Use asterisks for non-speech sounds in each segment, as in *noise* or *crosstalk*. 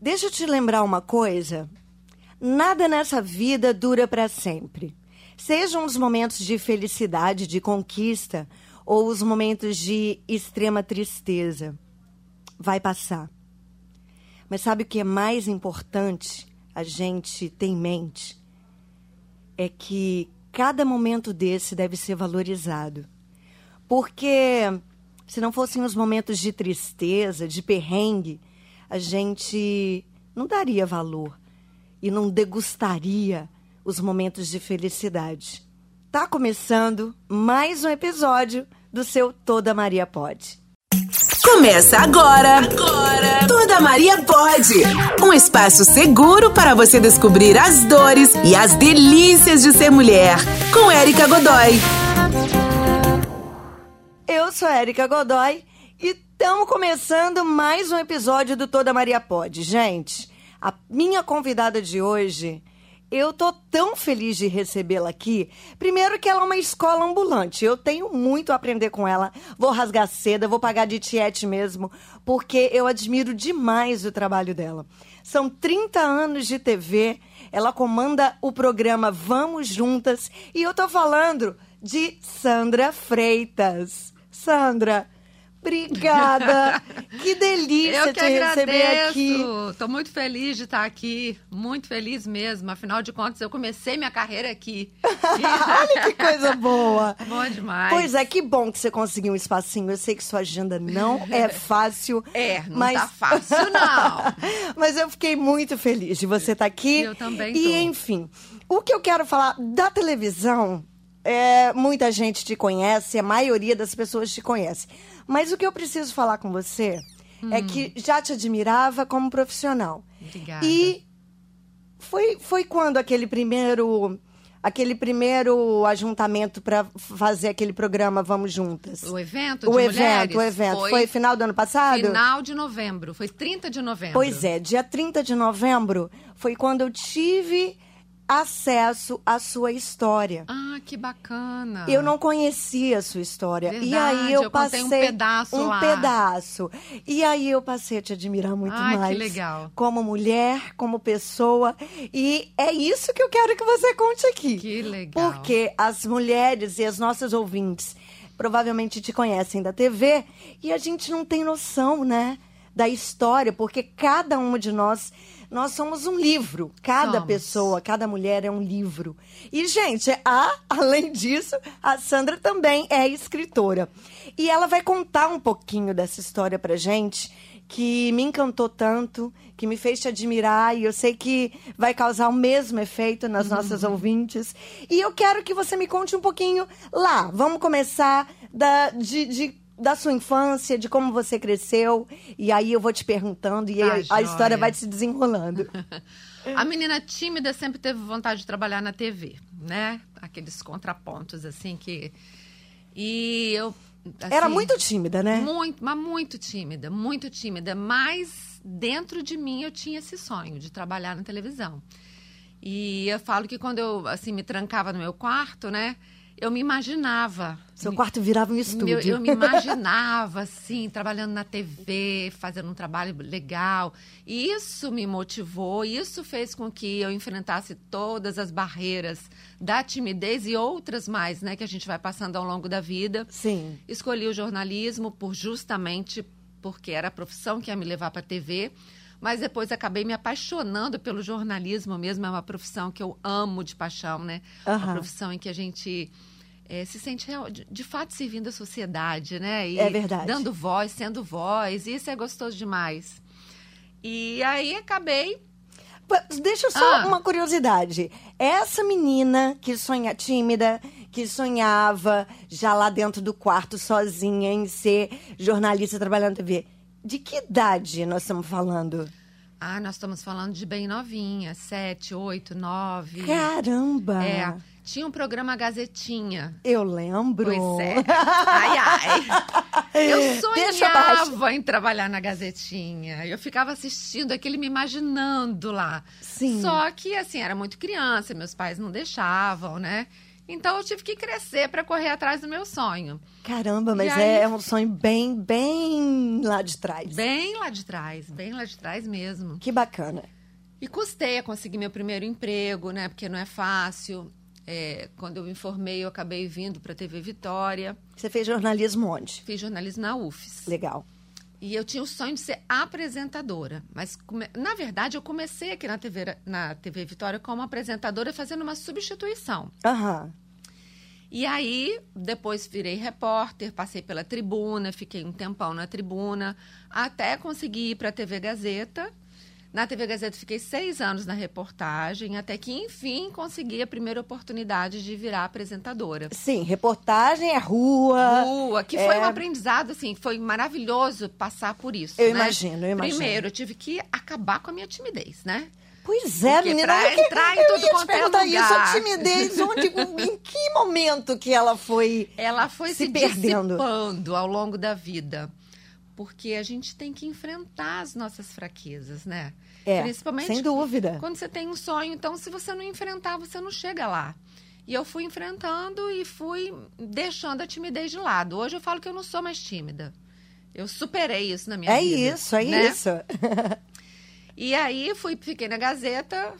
Deixa eu te lembrar uma coisa. Nada nessa vida dura para sempre. Sejam os momentos de felicidade, de conquista, ou os momentos de extrema tristeza. Vai passar. Mas sabe o que é mais importante a gente ter em mente? É que cada momento desse deve ser valorizado. Porque se não fossem os momentos de tristeza, de perrengue, a gente não daria valor e não degustaria os momentos de felicidade. Tá começando mais um episódio do seu Toda Maria Pode. Começa agora. agora! Toda Maria Pode! Um espaço seguro para você descobrir as dores e as delícias de ser mulher. Com Érica Godoy. Eu sou a Erika Godoy e estamos começando mais um episódio do Toda Maria Pode. Gente, a minha convidada de hoje, eu tô tão feliz de recebê-la aqui. Primeiro que ela é uma escola ambulante. Eu tenho muito a aprender com ela. Vou rasgar seda, vou pagar de tiete mesmo, porque eu admiro demais o trabalho dela. São 30 anos de TV. Ela comanda o programa Vamos Juntas e eu tô falando de Sandra Freitas. Sandra, *laughs* obrigada. que delícia Eu que te receber aqui. agradeço. Estou muito feliz de estar aqui. Muito feliz mesmo. Afinal de contas, eu comecei minha *laughs* carreira aqui. Olha que coisa boa. Bom demais. Pois é, que bom que você conseguiu um espacinho. Eu sei que sua agenda não *laughs* é fácil. É, não mas... tá fácil, não. *laughs* mas eu fiquei muito feliz de você estar aqui. Eu também E, tô. enfim, o que eu quero falar da televisão, é, muita gente te conhece, a maioria das pessoas te conhece. Mas o que eu preciso falar com você Hum. é que já te admirava como profissional. Obrigada. E foi, foi quando aquele primeiro aquele primeiro ajuntamento para fazer aquele programa Vamos Juntas? O evento O de evento, mulheres o evento. Foi, foi final do ano passado? Final de novembro. Foi 30 de novembro. Pois é, dia 30 de novembro foi quando eu tive acesso à sua história. Ah, que bacana. Eu não conhecia a sua história. e Ah. Verdade, aí eu, eu passei contei um pedaço um lá. pedaço. E aí eu passei a te admirar muito Ai, que mais. legal. Como mulher, como pessoa. E é isso que eu quero que você conte aqui. Que legal. Porque as mulheres e as nossas ouvintes provavelmente te conhecem da TV e a gente não tem noção, né? Da história, porque cada uma de nós, nós somos um livro. Cada Somos. pessoa, cada mulher é um livro. E, gente, a, *laughs* além disso, a Sandra também é escritora. E ela vai contar um pouquinho dessa história pra gente, que me encantou tanto, que me fez te admirar, e eu sei que vai causar o mesmo efeito nas Uhum. nossas ouvintes. E eu quero que você me conte um pouquinho lá. Vamos começar da, de- de- da sua infância, de como você cresceu. E aí eu vou te perguntando, e Tá aí a história joia. vai se desenrolando. *laughs* A menina tímida sempre teve vontade de trabalhar na TV, né? Aqueles contrapontos, assim, que... E eu... Era assim, muito tímida, né? Muito, mas muito tímida, muito tímida. Mas dentro de mim eu tinha esse sonho de trabalhar na televisão. E eu falo que quando eu assim me trancava no meu quarto, né? Eu me imaginava. Seu me- quarto virava um estúdio. meu- eu me imaginava, assim, trabalhando na TV, fazendo um trabalho legal. E isso me motivou, isso fez com que eu enfrentasse todas as barreiras da timidez e outras mais, né? Que a gente vai passando ao longo da vida. Sim. Escolhi o jornalismo por justamente porque era a profissão que ia me levar para a TV, mas depois acabei me apaixonando pelo jornalismo mesmo. É uma profissão que eu amo de paixão, né? Aham. Uma profissão em que a gente eh, se sente real- de, de fato servindo à sociedade, né? E É verdade. Dando voz, sendo voz. Isso é gostoso demais. E aí acabei. P- Deixa eu só Ah. uma curiosidade. Essa menina que sonha tímida, que sonhava já lá dentro do quarto sozinha em ser jornalista trabalhando na TV. De que idade nós estamos falando? Ah, nós estamos falando de bem novinha, sete, oito, nove. Caramba! É, tinha um programa Gazetinha, Eu lembro. *laughs* Pois é. Ai, ai. Eu É, Deixa abaixo. sonhava em trabalhar na Gazetinha. Eu ficava assistindo aquele me imaginando lá. Sim. Só que, assim, era muito criança, meus pais não deixavam, né? Então eu tive que crescer para correr atrás do meu sonho. Caramba, mas E aí- é um sonho bem, bem lá de trás. Bem lá de trás, bem lá de trás mesmo. Que bacana. E custei a conseguir meu primeiro emprego, né? Porque não é fácil. É, quando eu me formei, eu acabei vindo para a TV Vitória. Você fez jornalismo onde? Fiz jornalismo na UFES. Legal. E eu tinha o sonho de ser apresentadora. Mas, come- na verdade, eu comecei aqui na TV, Ra- na TV Vitória como apresentadora, fazendo uma substituição. Aham. E aí, depois virei repórter, passei pela tribuna, fiquei um tempão na tribuna, até conseguir ir para a TV Gazeta. Na TV Gazeta fiquei seis anos na reportagem, até que, enfim, consegui a primeira oportunidade de virar apresentadora. Sim, reportagem é rua. Rua, que foi um aprendizado, assim, foi maravilhoso passar por isso. Eu né? imagino, eu imagino. Primeiro, eu tive que acabar com a minha timidez, né? Pois é, Porque menina. pra eu que- entrar em eu tudo ia te quanto é perguntar isso, a lugar. timidez, onde, *laughs* em que momento que ela foi... Ela foi Se se, perdendo. dissipando ao longo da vida. Porque a gente tem que enfrentar as nossas fraquezas, né? É, Principalmente sem dúvida. Quando você tem um sonho, então se você não enfrentar, você não chega lá. E eu fui enfrentando e fui deixando a timidez de lado. Hoje eu falo que eu não sou mais tímida. Eu superei isso na minha É vida. isso, é né? isso. E aí fui, fiquei na Gazeta,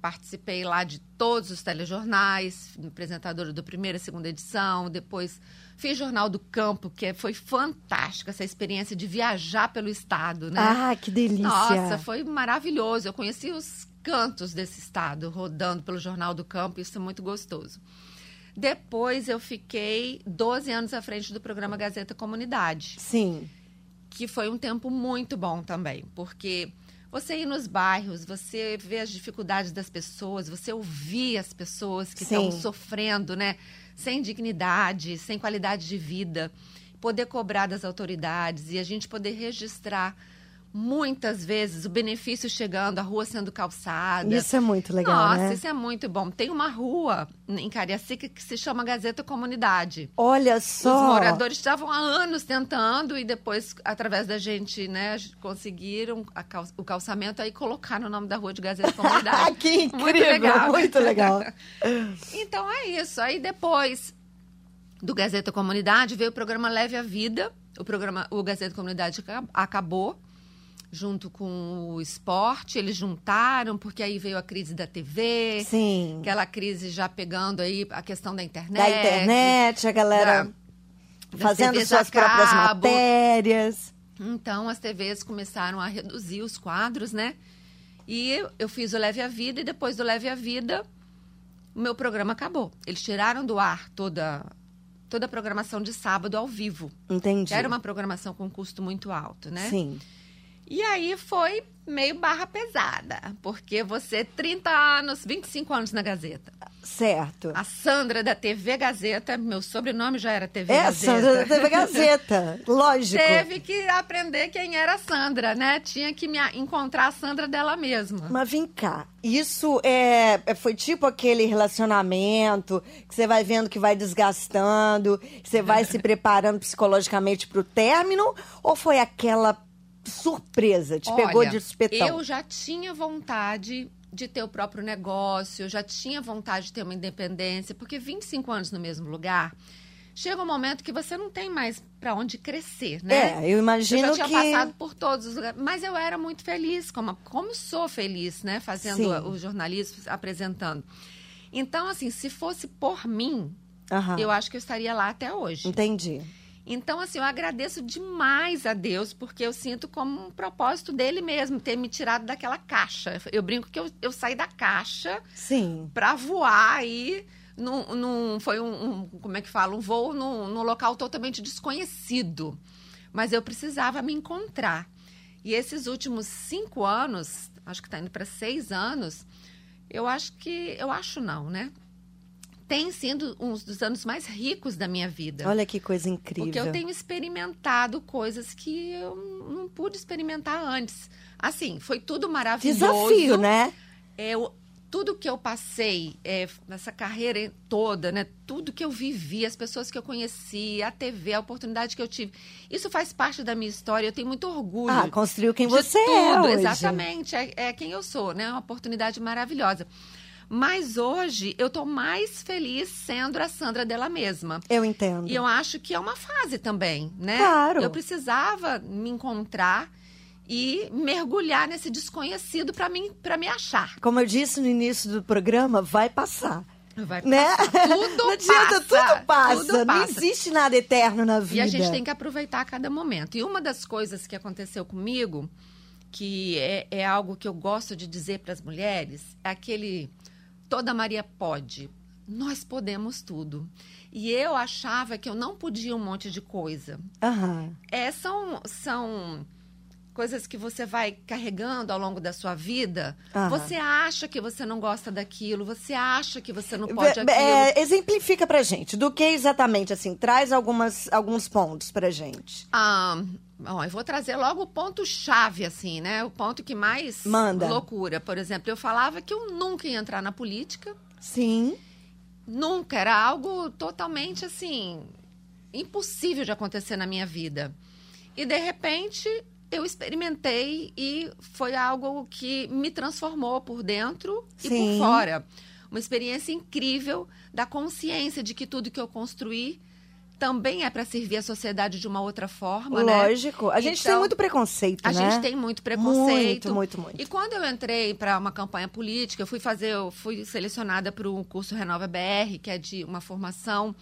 participei lá de todos os telejornais, fui apresentadora do primeira e segunda edição, depois fiz Jornal do Campo, que é, foi fantástica essa experiência de viajar pelo estado, né? Ah, que delícia. Nossa, foi maravilhoso. Eu conheci os cantos desse estado, rodando pelo Jornal do Campo, isso é muito gostoso. Depois eu fiquei 12 anos à frente do programa Gazeta Comunidade Sim, que foi um tempo muito bom também, porque você ir nos bairros, você ver as dificuldades das pessoas, você ouvir as pessoas que Sim. estão sofrendo, né? Sem dignidade, sem qualidade de vida, poder cobrar das autoridades e a gente poder registrar muitas vezes o benefício chegando, a rua sendo calçada. isso é muito legal, Nossa, né? isso é muito bom. Tem uma rua em Cariacica que se chama Gazeta Comunidade. Olha só. Os *laughs* moradores estavam há anos tentando e depois, através da gente, né, conseguiram a cal- o calçamento aí colocar no nome da rua *laughs* de Gazeta Ah, Comunidade. que incrível, Muito legal. Muito legal. *laughs* então é isso. Aí depois do Gazeta Comunidade veio o programa Leve a Vida. O programa, o Gazeta Comunidade aca- acabou junto com o esporte. Eles juntaram porque aí veio a crise da TV, Sim. aquela crise já pegando aí a questão da internet, Da internet, a galera da- das fazendo TVs a suas próprias cabo. matérias. Então as TVs começaram a reduzir os quadros, né? E eu fiz o Leve a Vida e depois do Leve a Vida, o meu programa acabou. Eles tiraram do ar toda toda a programação de sábado ao vivo. Entendi. Que era uma programação com custo muito alto, né? Sim. E aí foi meio barra pesada, porque você 30 anos, 25 anos na Gazeta. Certo. A Sandra da TV Gazeta, meu sobrenome já era TV Gazeta. Essa, É, da TV *laughs* Gazeta. Lógico. Teve que aprender quem era a Sandra, né? Tinha que me a- encontrar a Sandra dela mesma. Mas vem cá, isso é, é- foi tipo aquele relacionamento que você vai vendo que vai desgastando, que você vai *laughs* se preparando psicologicamente pro término, ou foi aquela surpresa, te pegou Olha, de espetão? Eu já tinha vontade de ter o próprio negócio, eu já tinha vontade de ter uma independência, porque 25 anos no mesmo lugar, chega um momento que você não tem mais pra onde crescer, né? É, eu imagino eu já tinha que passado por todos os lugares, mas eu era muito feliz, como, como sou feliz, né? Fazendo Sim. o jornalismo, apresentando. Então, assim, se fosse por mim, Aham, eu acho que eu estaria lá até hoje. entendi. Então, assim, eu agradeço demais a Deus, porque eu sinto como um propósito dele mesmo, ter me tirado daquela caixa. Eu brinco que eu, eu saí da caixa Sim. pra voar aí. Num, num- foi um, um- como é que fala, um voo num, num local totalmente desconhecido. Mas eu precisava me encontrar. E esses últimos cinco anos, acho que tá indo para seis anos, eu acho que, eu acho não, né? Tem sido um dos anos mais ricos da minha vida. Olha que coisa incrível. Porque eu tenho experimentado coisas que eu não pude experimentar antes. Assim, foi tudo maravilhoso. Desafio, né? Eu, tudo que eu passei é, nessa carreira toda, né? Tudo que eu vivi, as pessoas que eu conheci, a TV, a oportunidade que eu tive. Isso faz parte da minha história. Eu tenho muito orgulho. Ah, construiu quem de você é tudo, hoje. Exatamente, é, é quem eu sou, né? Uma oportunidade É maravilhosa. Mas hoje eu tô mais feliz sendo a Sandra dela mesma. Eu entendo. E eu acho que é uma fase também, né? Claro. Eu precisava me encontrar e mergulhar nesse desconhecido para mim, para me achar. Como eu disse no início do programa, vai passar. Vai Né? passar. Tudo *laughs* Não adianta, passa. tudo passa. Tudo Não passa. existe nada eterno na vida. E a gente tem que aproveitar cada momento. E uma das coisas que aconteceu comigo, que é, é algo que eu gosto de dizer para as mulheres, é aquele toda Maria pode. Nós podemos tudo. E eu achava que eu não podia um monte de coisa. Aham. É, são, são coisas que você vai carregando ao longo da sua vida. Aham. Você acha que você não gosta daquilo, você acha que você não pode um aquilo. É, exemplifica pra gente. Do que exatamente, assim, traz algumas, alguns pontos pra gente. Ah, bom, eu vou trazer logo o ponto-chave, assim, né? O ponto que mais Manda. loucura. Por exemplo, eu falava que eu nunca ia entrar na política. Sim. Nunca. Era algo totalmente, assim, impossível de acontecer na minha vida. E, de repente, eu experimentei e foi algo que me transformou por dentro e Sim. por fora. Uma experiência incrível da consciência de que tudo que eu construí também é para servir a sociedade de uma outra forma, né? Lógico. A gente tem Então, muito preconceito, A né? gente tem muito Muito, preconceito. muito, muito. E quando eu entrei para uma campanha política, eu fui fazer, eu fui selecionada para um curso Renova BR, que é de uma formação,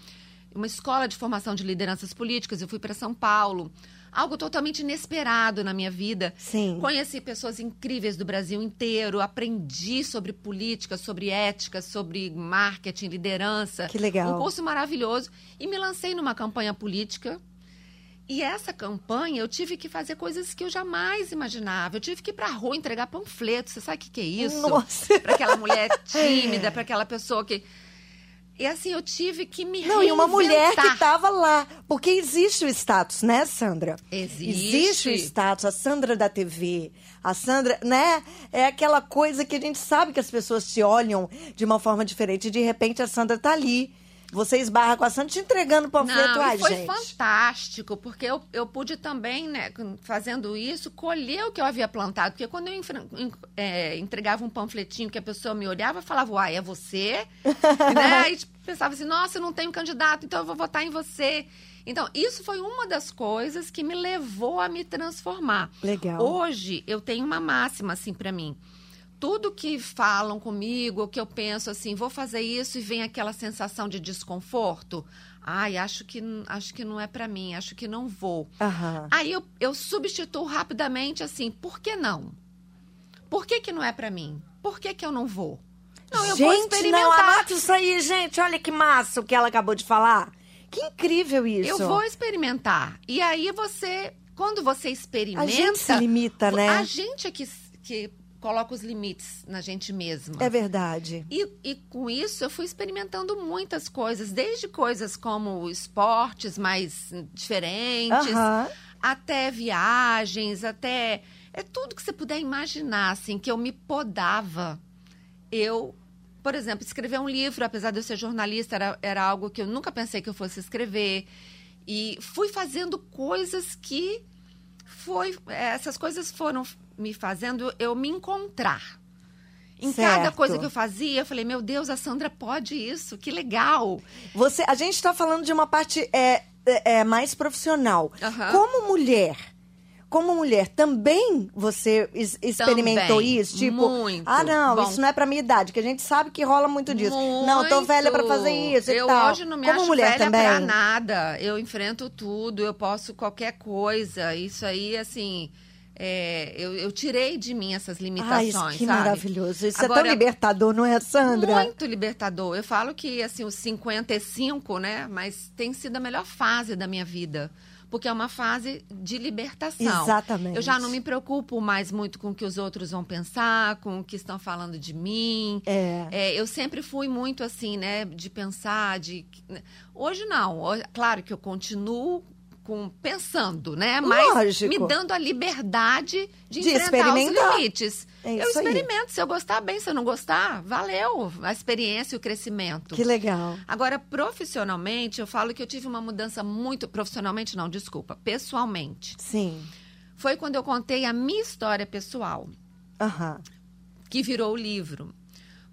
uma escola de formação de lideranças políticas. Eu fui para São Paulo. Algo totalmente inesperado na minha vida. Sim. Conheci pessoas incríveis do Brasil inteiro, aprendi sobre política, sobre ética, sobre marketing, liderança. Que legal. Um curso maravilhoso. E me lancei numa campanha política. E essa campanha eu tive que fazer coisas que eu jamais imaginava. Eu tive que ir pra rua entregar panfleto. Você sabe o que, que é isso? *laughs* Nossa. Pra aquela *laughs* mulher tímida, pra aquela pessoa que. E assim, eu tive que me Não, e uma mulher que tá- reinventar. tava lá. Porque existe o status, né, Sandra? Existe. o status, a Sandra da TV, a Sandra, né? É aquela coisa que a gente sabe que as pessoas se olham de uma forma diferente. e De repente a Sandra tá ali. Você esbarra com a Sandra te entregando panfleto, Não, ai, e foi gente. fantástico, porque eu, eu pude também, né, com- fazendo isso, colher o que eu havia plantado. Porque quando eu enfra- en- é, entregava um panfletinho que a pessoa me olhava, falava, uai, é você? né? E tipo, pensava assim, nossa, eu não tenho candidato, então eu vou votar em você. Então, isso foi uma das coisas que me levou a me transformar. Legal. Hoje eu tenho uma máxima assim pra mim. Tudo que falam comigo, ou que eu penso assim, vou fazer isso e vem aquela sensação de desconforto. Ai, acho que n- acho que não é pra mim, acho que não vou. Aham. Aí eu, eu substituo rapidamente assim, por que não? Por que que não é pra mim? Por que que eu não vou? Não, eu gente, vou não, experimentar. anota isso aí, gente. Olha que massa o que ela acabou de falar. Que incrível isso. eu vou experimentar. E aí você, quando você A experimenta, gente se limita, né? A gente é que, que coloca os limites na gente mesma. É verdade. E, e com isso eu fui experimentando muitas coisas, desde coisas como esportes mais diferentes, Aham. até viagens, até. É tudo que você puder imaginar, assim, que eu me podava. Eu, por exemplo, escrever um livro, apesar de eu ser jornalista, era, era algo que eu nunca pensei que eu fosse escrever. E fui fazendo coisas que foi. é, Essas coisas foram me fazendo eu me encontrar. Em cada Certo. coisa que eu fazia, eu falei, meu Deus, a Sandra pode isso, que legal. Você, a gente está falando de uma parte é, é, é, mais profissional. Aham. Como mulher, como mulher, também você es- experimentou Também, isso? Tipo, muito. ah, não, Bom. isso não é pra minha idade, que a gente sabe que rola muito disso. Não, eu tô Muito. velha pra fazer isso eu e tal. hoje não me como acho mulher velha também. pra nada. Eu enfrento tudo, eu posso qualquer coisa. Isso aí, assim, é, eu, eu tirei de mim essas limitações, ah, isso que sabe? maravilhoso. Isso é tão Agora- libertador, não é, Sandra? Muito libertador. Eu falo que, assim, os 55, né? Mas tem sido a melhor fase da minha vida. Porque é uma fase de libertação. Exatamente. Eu já não me preocupo mais muito com o que os outros vão pensar, com o que estão falando de mim. É. É, eu sempre fui muito assim, né? De pensar, de. né, Hoje não. Ho- Claro que eu continuo com pensando, né? Mas Lógico. me dando a liberdade De de, enfrentar experimentar. os limites. É eu isso aí. experimento. Se eu gostar, bem. Se eu não gostar, valeu. A experiência e o crescimento. Que legal. Agora, profissionalmente, eu falo que eu tive uma mudança muito. Profissionalmente, não, desculpa. Pessoalmente. Sim. Foi quando eu contei a minha história pessoal, Aham. que virou o livro.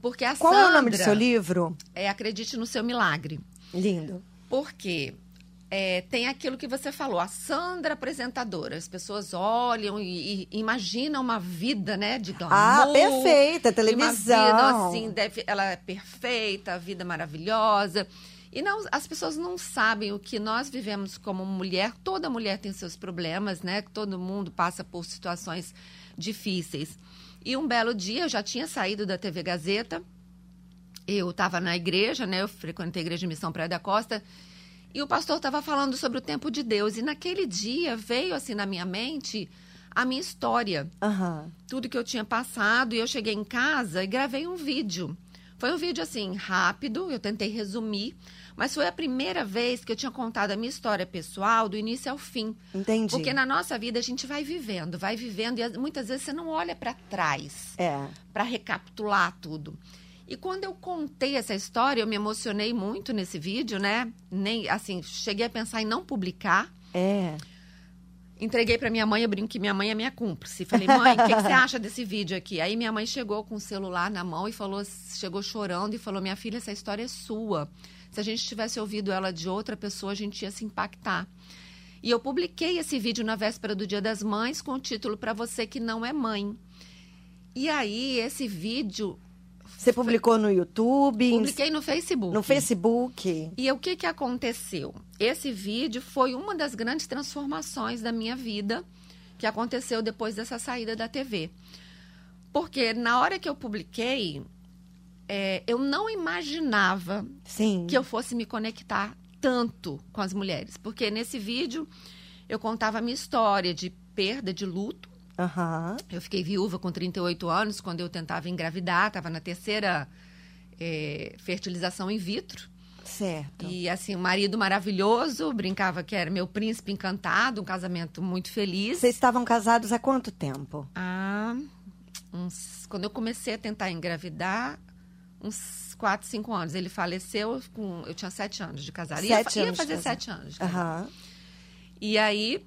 Porque a Qual Sandra é o nome do seu livro? é Acredite no Seu Milagre. Lindo. Porque é, tem aquilo que você falou, a Sandra apresentadora. As pessoas olham e, e imaginam uma vida, né, de glamour. Ah, perfeita, Uma televisão. vida, assim, deve- ela é perfeita, a vida é maravilhosa. E não, as pessoas não sabem o que nós vivemos como mulher. Toda mulher tem seus problemas, né? Todo mundo passa por situações difíceis. E um belo dia, eu já tinha saído da TV Gazeta, eu estava na igreja, né? Eu frequentei a igreja de Missão Praia da Costa. E o pastor estava falando sobre o tempo de Deus. E naquele dia veio assim na minha mente a minha história, Aham. tudo que eu tinha passado. E eu cheguei em casa e gravei um vídeo. Foi um vídeo assim rápido, eu tentei resumir, mas foi a primeira vez que eu tinha contado a minha história pessoal do início ao fim. Entendi. Porque na nossa vida a gente vai vivendo, vai vivendo e as- muitas vezes você não olha para trás É. para recapitular tudo. E quando eu contei essa história, eu me emocionei muito nesse vídeo, né? Nem assim, cheguei a pensar em não publicar. É. Entreguei para minha mãe, eu brinco que minha mãe é minha cúmplice. Falei, mãe, o que, que você acha desse vídeo aqui? Aí minha mãe chegou com o celular na mão e falou, chegou chorando e falou, minha filha, essa história é sua. Se a gente tivesse ouvido ela de outra pessoa, a gente ia se impactar. E eu publiquei esse vídeo na véspera do Dia das Mães com o título Pra você que não é mãe. E aí esse vídeo Você publicou no YouTube, em- Publiquei no Facebook. no Facebook. E o que, que aconteceu? Esse vídeo foi uma das grandes transformações da minha vida que aconteceu depois dessa saída da TV. Porque na hora que eu publiquei, é, eu não imaginava Sim. que eu fosse me conectar tanto com as mulheres. Porque nesse vídeo eu contava a minha história de perda, de luto. Aham. Eu fiquei viúva com 38 anos, quando eu tentava engravidar, estava na terceira eh, fertilização in vitro. Certo. E assim, um marido maravilhoso, brincava que era meu príncipe encantado, um casamento muito feliz. Vocês estavam casados há quanto tempo? Ah, uns- quando eu comecei a tentar engravidar, uns 4, 5 anos. Ele faleceu, com, eu tinha 7 anos de casado. Ia, Sete fa- ia anos de fazer casado. 7 anos. de casado. Aham. E aí,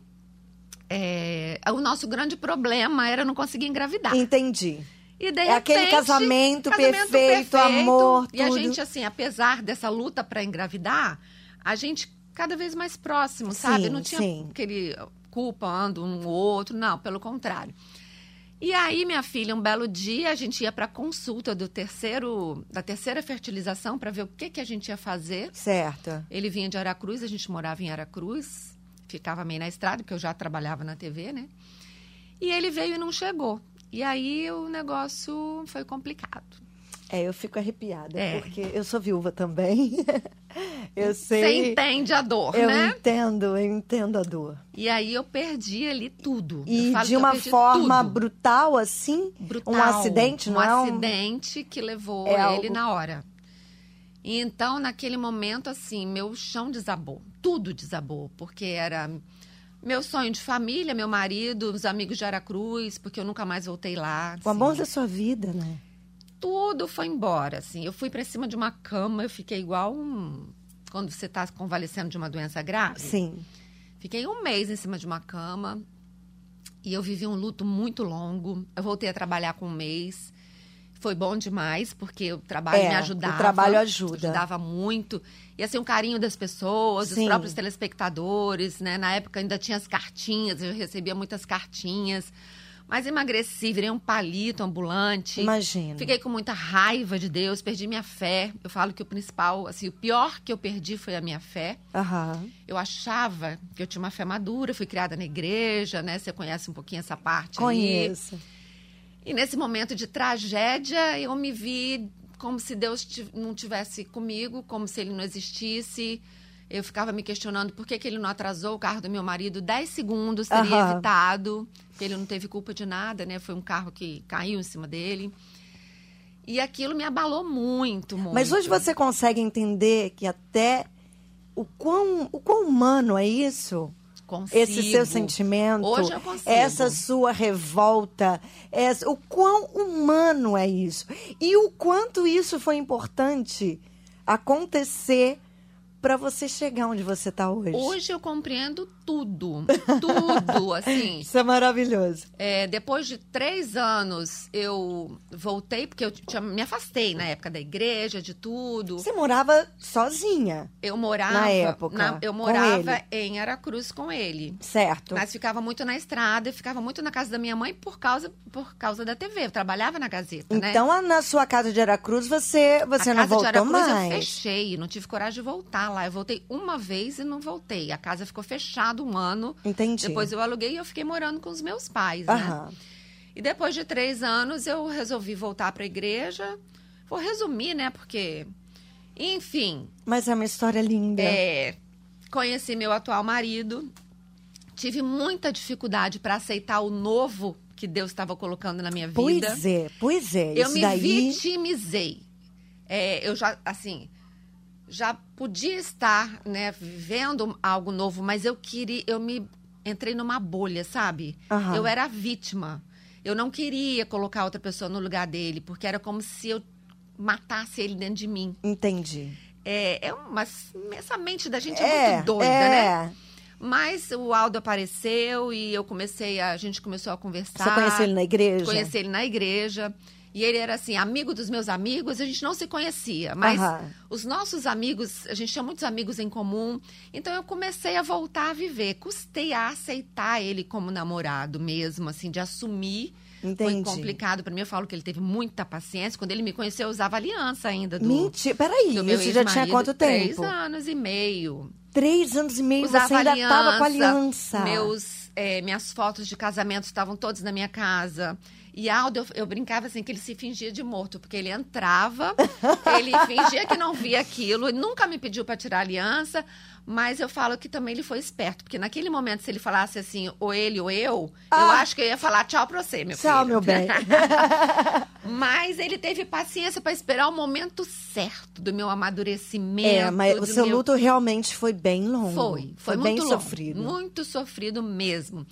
eh, o nosso grande problema era eu não conseguir engravidar. Entendi. E de É aquele repente, casamento perfeito, amor, E a tudo. gente, assim, apesar dessa luta para engravidar, a gente cada vez mais próximo, sabe? Sim, Não tinha sim. aquele culpa ando um no outro, não, pelo contrário. E aí, minha filha, um belo dia a gente ia para consulta do terceiro, da terceira fertilização para ver o que que a gente ia fazer. Certo. Ele vinha de Aracruz, a gente morava em Aracruz, ficava meio na estrada, porque eu já trabalhava na TV, né? E ele veio e não chegou. E aí o negócio foi complicado. É, eu fico arrepiada, É. porque eu sou viúva também. *laughs* eu sei. Você entende a dor, eu né? entendo, eu entendo a dor. E aí eu perdi ali tudo. Eu E falo que de eu uma perdi forma tudo. brutal, assim, brutal. um acidente, um não é? Um- acidente que levou É ele algo- na hora. E então, naquele momento, assim, meu chão desabou. Tudo desabou, porque era meu sonho de família, meu marido, os amigos de Aracruz, porque eu nunca mais voltei lá. o assim. amor da sua vida, né? Tudo foi embora, assim. Eu fui pra cima de uma cama, eu fiquei igual um... Quando você tá convalescendo de uma doença grave. Sim. Fiquei um mês em cima de uma cama e eu vivi um luto muito longo. Eu voltei a trabalhar com um mês. Foi bom demais, porque o trabalho É, me ajudava. o trabalho ajuda. Ajudava muito. E assim, o carinho das pessoas, dos Sim. próprios telespectadores, né? Na época ainda tinha as cartinhas, eu recebia muitas cartinhas. Mas emagreci, virei um palito ambulante. Imagino. Fiquei com muita raiva de Deus, perdi minha fé. Eu falo que o principal, assim, o pior que eu perdi foi a minha fé. Aham. Eu achava que eu tinha uma fé madura, fui criada na igreja, né? Você conhece um pouquinho essa parte ali. Conheço. E nesse momento de tragédia, eu me vi como se Deus ti- não tivesse comigo, como se ele não existisse. Eu ficava me questionando por que, que ele não atrasou o carro do meu marido 10 segundos, teria Aham. evitado. Porque ele não teve culpa de nada, né? Foi um carro que caiu em cima dele. E aquilo me abalou muito, muito. Mas hoje você consegue entender que até o quão, o quão humano é isso? Consigo. Esse seu sentimento, Hoje eu consigo. essa sua revolta, essa- o quão humano é isso e o quanto isso foi importante acontecer para você chegar onde você está hoje. Hoje eu compreendo tudo. *laughs* Tudo, assim. Isso é maravilhoso. É, depois de três anos, eu voltei, porque eu tinha- me afastei na época da igreja, de tudo. Você morava sozinha, Eu morava. Na época, eu com morava em Aracruz com ele. certo? Mas ficava muito na estrada e ficava muito na casa da minha mãe por causa, por causa da TV. Eu trabalhava na Gazeta, né? Então, a- na sua casa de Aracruz, você, você a não casa voltou de Aracruz mais. eu fechei, não tive coragem de voltar lá. Eu voltei uma vez e não voltei. A casa ficou fechada um ano. Entendi. Depois eu aluguei e eu fiquei morando com os meus pais, né? Aham. E depois de três anos, eu resolvi voltar para a igreja. Vou resumir, né? Porque, enfim, Mas é uma história linda. é, conheci meu atual marido. Tive muita dificuldade para aceitar o novo que Deus estava colocando na minha vida. pois é, pois é. Eu Isso me daí... vitimizei. É, eu já, assim, já podia estar, né, vivendo algo novo, mas eu queria, eu me entrei numa bolha, sabe? Aham. Eu era a vítima. Eu não queria colocar outra pessoa no lugar dele, porque era como se eu matasse ele dentro de mim. Entendi. É, é uma, essa mente da gente é, é, muito doida, né? é. Mas o Aldo apareceu e eu comecei a, a gente começou a conversar. Você conheceu ele na igreja? Conheci ele na igreja. E ele era assim, amigo dos meus amigos, a gente não se conhecia, mas Aham. os nossos amigos, a gente tinha muitos amigos em comum. Então eu comecei a voltar a viver, custei a aceitar ele como namorado mesmo, assim, de assumir. Foi Entendi. complicado pra mim, eu falo que ele teve muita paciência. Quando ele me conheceu, eu usava aliança ainda do Mentira. Peraí, do meu isso já tinha ex-marido, quanto Três tempo? anos e meio. Três anos e meio Usava você ainda aliança, tava com a aliança. Meus, eh, minhas fotos de casamento estavam todas na minha casa. E Aldo, eu, eu brincava assim que ele se fingia de morto, porque ele *laughs* entrava, ele fingia que não via aquilo, e nunca me pediu para tirar a aliança, mas eu falo que também ele foi esperto, porque naquele momento, se ele falasse assim, ou ele ou eu, eu Ah. acho que eu ia falar tchau pra você, meu Tchau, filho. meu *laughs* bem. Mas ele teve paciência para esperar o momento certo do meu amadurecimento. é, mas o do seu meu... luto realmente foi bem longo. Foi, foi, Hum, bem muito longo, sofrido. Muito sofrido mesmo.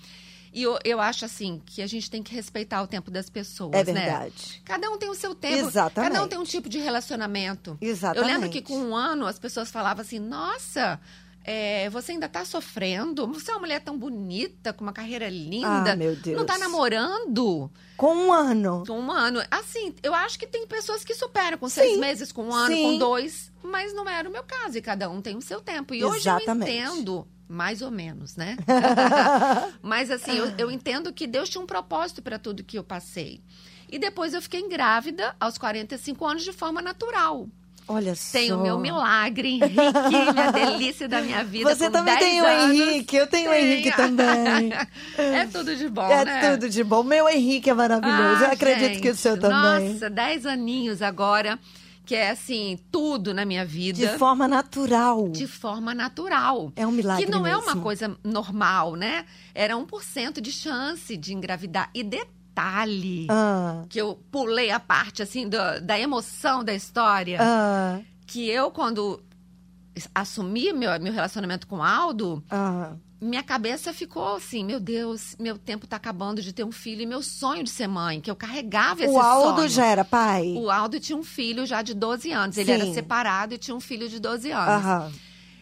E eu, eu acho assim que a gente tem que respeitar o tempo das pessoas, É né? verdade. Cada um tem o seu tempo. Exatamente. Cada um tem um tipo de relacionamento. Exatamente. Eu lembro que com um ano as pessoas falavam assim: nossa, é, você ainda tá sofrendo? Você é uma mulher tão bonita, com uma carreira linda. Ah, meu Deus. Não tá namorando? Com um *laughs* ano. *laughs* Com um ano. Assim, eu acho que tem pessoas que superam com seis Sim. meses, com um ano, Sim. com dois. Mas não era o meu caso, e cada um tem o seu tempo. E Exatamente. hoje eu entendo, mais ou *laughs* menos, né? mas assim, eu, eu entendo que Deus tinha um propósito para tudo que eu passei. E depois eu fiquei grávida aos 45 anos de forma natural. Olha só. Tenho o meu milagre, Henrique, *laughs* minha delícia da minha vida. Você com também 10 tem o anos. Henrique, eu tenho o Henrique também. *laughs* é tudo de bom, é né? tudo de bom. Meu Henrique é maravilhoso. Ah, Eu acredito que o gente, seu também. Nossa, 10 aninhos agora, que é assim, tudo na minha vida. De forma natural. de forma natural. É um milagre Que não é uma mesmo. coisa normal, né? Era 1% de chance de engravidar. E detalhe, Ah, que eu pulei a parte, assim, da- da emoção da história ah, que eu, quando es- assumi meu, meu relacionamento com o Aldo, ah. minha cabeça ficou assim, meu Deus, meu tempo tá acabando de ter um filho e meu sonho de ser mãe, que eu carregava esse O Aldo sonho. já era pai? O Aldo tinha um filho já de 12 anos, ele Sim. era separado e tinha um filho de 12 anos. Aham.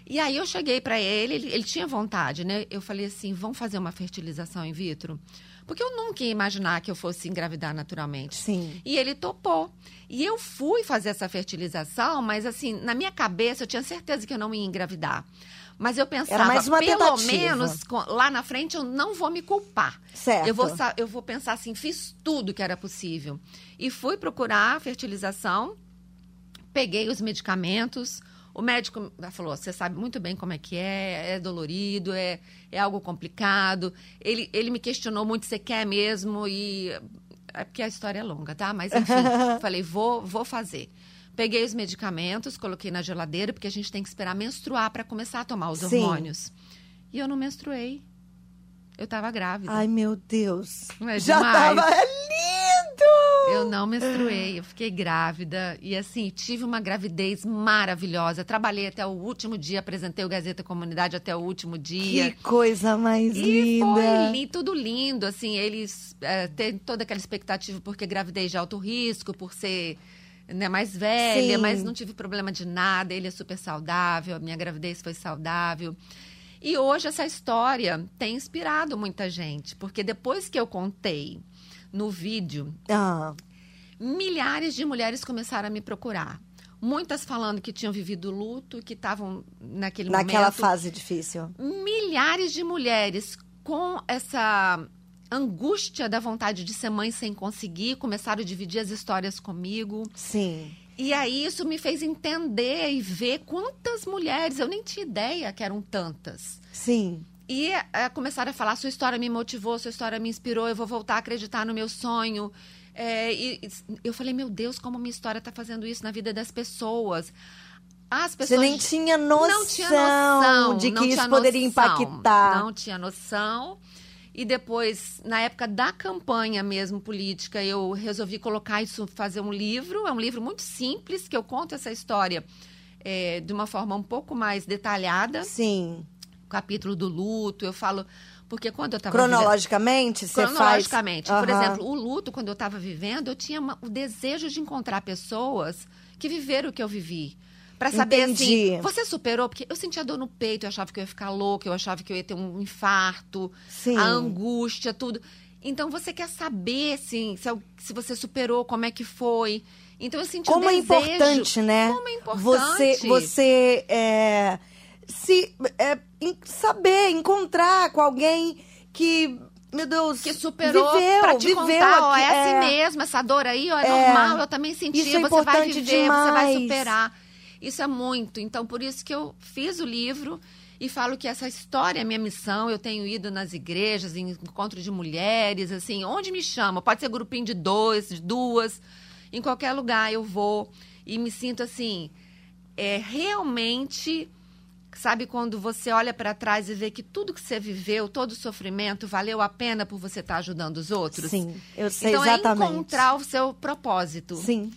E aí eu cheguei pra ele, ele, ele tinha vontade, né? Eu falei assim, vamos fazer uma fertilização in vitro? Porque eu nunca ia imaginar que eu fosse engravidar naturalmente. Sim. E ele topou. E eu fui fazer essa fertilização, mas assim, na minha cabeça eu tinha certeza que eu não ia engravidar. Mas eu pensava, mais uma pelo tentativa." menos co- lá na frente eu não vou me culpar. Certo. Eu vou, sa- eu vou pensar assim, fiz tudo que era possível. E fui procurar a fertilização, peguei os medicamentos. O médico falou: você sabe muito bem como é que é, é dolorido, é, é algo complicado. Ele, ele me questionou muito: você quer mesmo? E. É porque a história é longa, tá? *laughs* Mas enfim, falei: vou, vou fazer. Peguei os medicamentos, coloquei na geladeira, porque a gente tem que esperar menstruar para começar a tomar os Sim. hormônios. E eu não menstruei. Eu tava grávida. Ai, meu Deus. Não é já demais? tava. É lindo! Eu *gasps* não menstruei, eu fiquei grávida. E assim, tive uma gravidez maravilhosa. Trabalhei até o último dia, apresentei o Gazeta Comunidade até o último dia. Que coisa mais E linda. foi li- tudo lindo, assim, eles eh, têm toda aquela expectativa porque gravidez de alto risco, por ser né, mais velha, Sim. mas não tive problema de nada, ele é super saudável, a minha gravidez foi saudável. E hoje essa história tem inspirado muita gente, porque depois que eu contei no vídeo, Ah, milhares de mulheres começaram a me procurar. Muitas falando que tinham vivido luto, que estavam naquele naquela momento. fase difícil. Milhares de mulheres com essa angústia da vontade de ser mãe sem conseguir, começaram a dividir as histórias comigo. Sim. E aí isso me fez entender e ver quantas mulheres, eu nem tinha ideia que eram tantas. Sim. E eh, começaram a falar: sua história me motivou, sua história me inspirou, eu vou voltar a acreditar no meu sonho. É, e, e s- eu falei: meu Deus, como minha história está fazendo isso na vida das pessoas. As pessoas. Você nem tinha noção, não tinha noção de que não isso tinha poderia noção, impactar. Não tinha noção. E depois, na época da campanha mesmo política, eu resolvi colocar isso, fazer um livro. É um livro muito simples, que eu conto essa história eh, de uma forma um pouco mais detalhada Sim. capítulo do luto, eu falo. Porque quando eu tava. Cronologicamente, vive- você faz. Tá Cronologicamente. Por Aham. exemplo, o luto, quando eu estava vivendo, eu tinha uma- o desejo de encontrar pessoas que viveram o que eu vivi. Pra saber Entendi. assim, você superou? Porque eu sentia dor no peito, eu achava que eu ia ficar louca, eu achava que eu ia ter um infarto, Sim. a angústia, tudo. Então você quer saber, assim, se, al- se você superou, como é que foi. Então eu senti Como um é desejo. importante, né? Como é importante. Você, você é, se é, em- saber, encontrar com alguém que, meu Deus, que superou viveu, pra te viveu contar, ó, aqui- é assim é. mesmo, essa dor aí, ó, é, É. normal, eu também senti, Isso é você vai importante viver, você vai demais. superar. Isso é muito. Então, por isso que eu fiz o livro e falo que essa história é minha missão. Eu tenho ido nas igrejas, em encontros de mulheres, assim, onde me chama. Pode ser grupinho de dois, de duas, em qualquer lugar eu vou e me sinto assim, é realmente Sabe quando você olha pra trás e vê que tudo que você viveu, todo o sofrimento, valeu a pena por você estar ajudando os outros? Sim, eu sei então exatamente. é encontrar o seu propósito. Sim,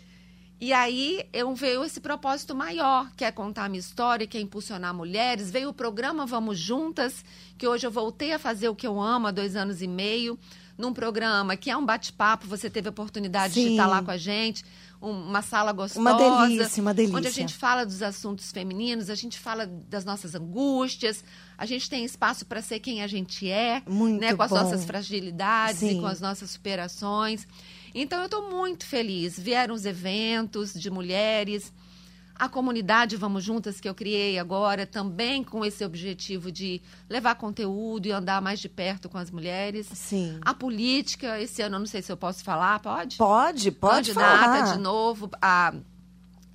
E aí eu veio esse propósito maior, que é contar a minha história, que é impulsionar mulheres. Veio o programa Vamos Juntas, que hoje eu voltei a fazer o que eu amo há dois anos e meio, num programa que é um bate-papo, você teve a oportunidade de Sim. estar lá com a gente, um- uma sala gostosa. uma delícia, uma delícia. Onde a gente fala dos assuntos femininos, a gente fala das nossas angústias, a gente tem espaço para ser quem a gente é, Muito né, com as bom. nossas fragilidades e Sim. com as nossas superações. Então eu estou muito feliz. Vieram os eventos de mulheres, a comunidade Vamos Juntas que eu criei agora também com esse objetivo de levar conteúdo e andar mais de perto com as mulheres. Sim. A política, esse ano eu não sei se eu posso falar, pode? Pode, pode Candidata falar. de novo a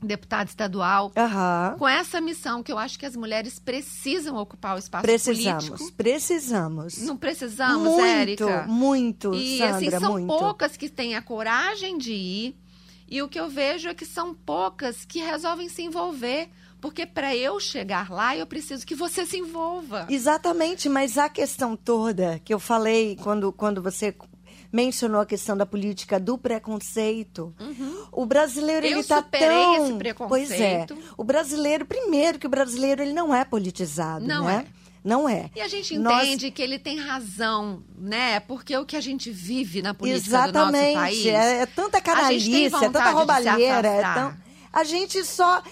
deputada estadual Aham. com essa missão que eu acho que as mulheres precisam ocupar o espaço Precisamos, político. precisamos. Não precisamos, muito, Érica. muito, e Sandra, assim, são muito. poucas que têm a coragem de ir. E o que eu vejo é que são poucas que resolvem se envolver. Porque para eu chegar lá, eu preciso que você se envolva. Exatamente, mas a questão toda que eu falei quando, quando você mencionou a questão da política do preconceito, o brasileiro Uhum. Eu ele tá superei tão esse preconceito. Pois é. O brasileiro, primeiro que o brasileiro ele não é politizado, Não né? é. Não é. E a gente Nós- entende que ele tem razão, né? Porque o que a gente vive na política do nosso país. Exatamente. É, é tanta A gente canalice, tem é tanta vontade de se roubalheira. é afastar. tão- A gente só.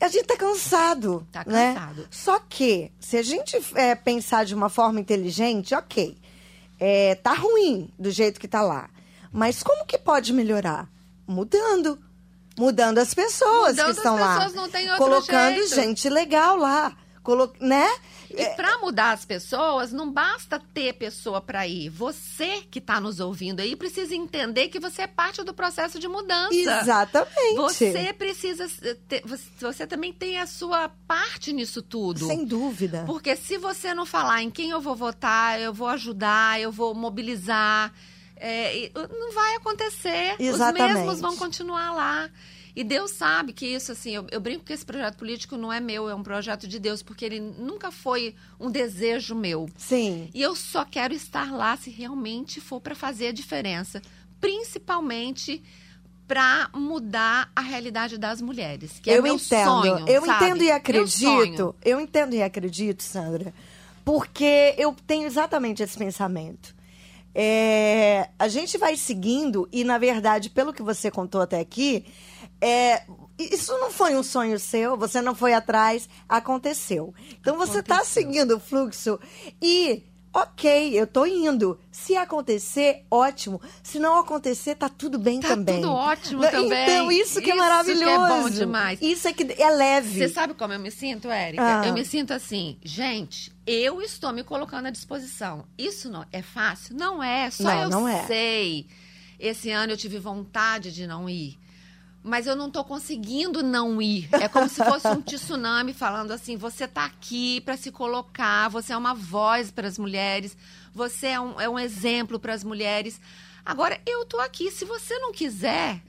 A gente tá cansado. Tá né? cansado. Só que, se a gente é, pensar de uma forma inteligente, ok. É, tá ruim do jeito que tá lá. Mas como que pode melhorar? Mudando. Mudando as pessoas Mudando que as estão lá. pessoas, não tem outro Colocando jeito. gente legal lá. Colo... Né? E para mudar as pessoas, não basta ter pessoa para ir. Você que está nos ouvindo aí precisa entender que você é parte do processo de mudança. Exatamente. Você precisa eh, ter- você- você também tem a sua parte nisso tudo. Sem dúvida. Porque se você não falar em quem eu vou votar, eu vou ajudar, eu vou mobilizar, é, e- não vai acontecer. Os Exatamente. mesmos vão continuar lá. E Deus sabe que isso, assim, eu, eu brinco que esse projeto político não é meu, é um projeto de Deus, porque ele nunca foi um desejo meu. Sim. E eu só quero estar lá se realmente for para fazer a diferença, principalmente para mudar a realidade das mulheres, que é eu meu entendo. sonho. eu sabe? É entendo e Meu acredito. sonho. Eu entendo e acredito, Sandra, porque eu tenho exatamente esse pensamento. É, a gente vai seguindo e, na verdade, pelo que você contou até aqui, é, isso não foi um sonho seu, você não foi atrás, aconteceu. Então você está Aconteceu. seguindo o fluxo e, ok, eu tô indo. Se acontecer, ótimo. Se não acontecer, tá tudo bem Tá também. tudo ótimo Não, também. Então isso que é maravilhoso. é bom demais. Isso é que é leve. Você sabe como eu me sinto, Érica? Ah. Eu me sinto assim, gente, eu estou me colocando à disposição. Isso não é fácil? Não é, só Não, eu não é. sei. Esse ano eu tive vontade de não ir. Mas eu não tô conseguindo não ir. É como se fosse um tsunami falando assim: você tá aqui para se colocar, você é uma voz para as mulheres, você é um, é um exemplo para as mulheres. Agora, eu tô aqui. Se você não *laughs* quiser,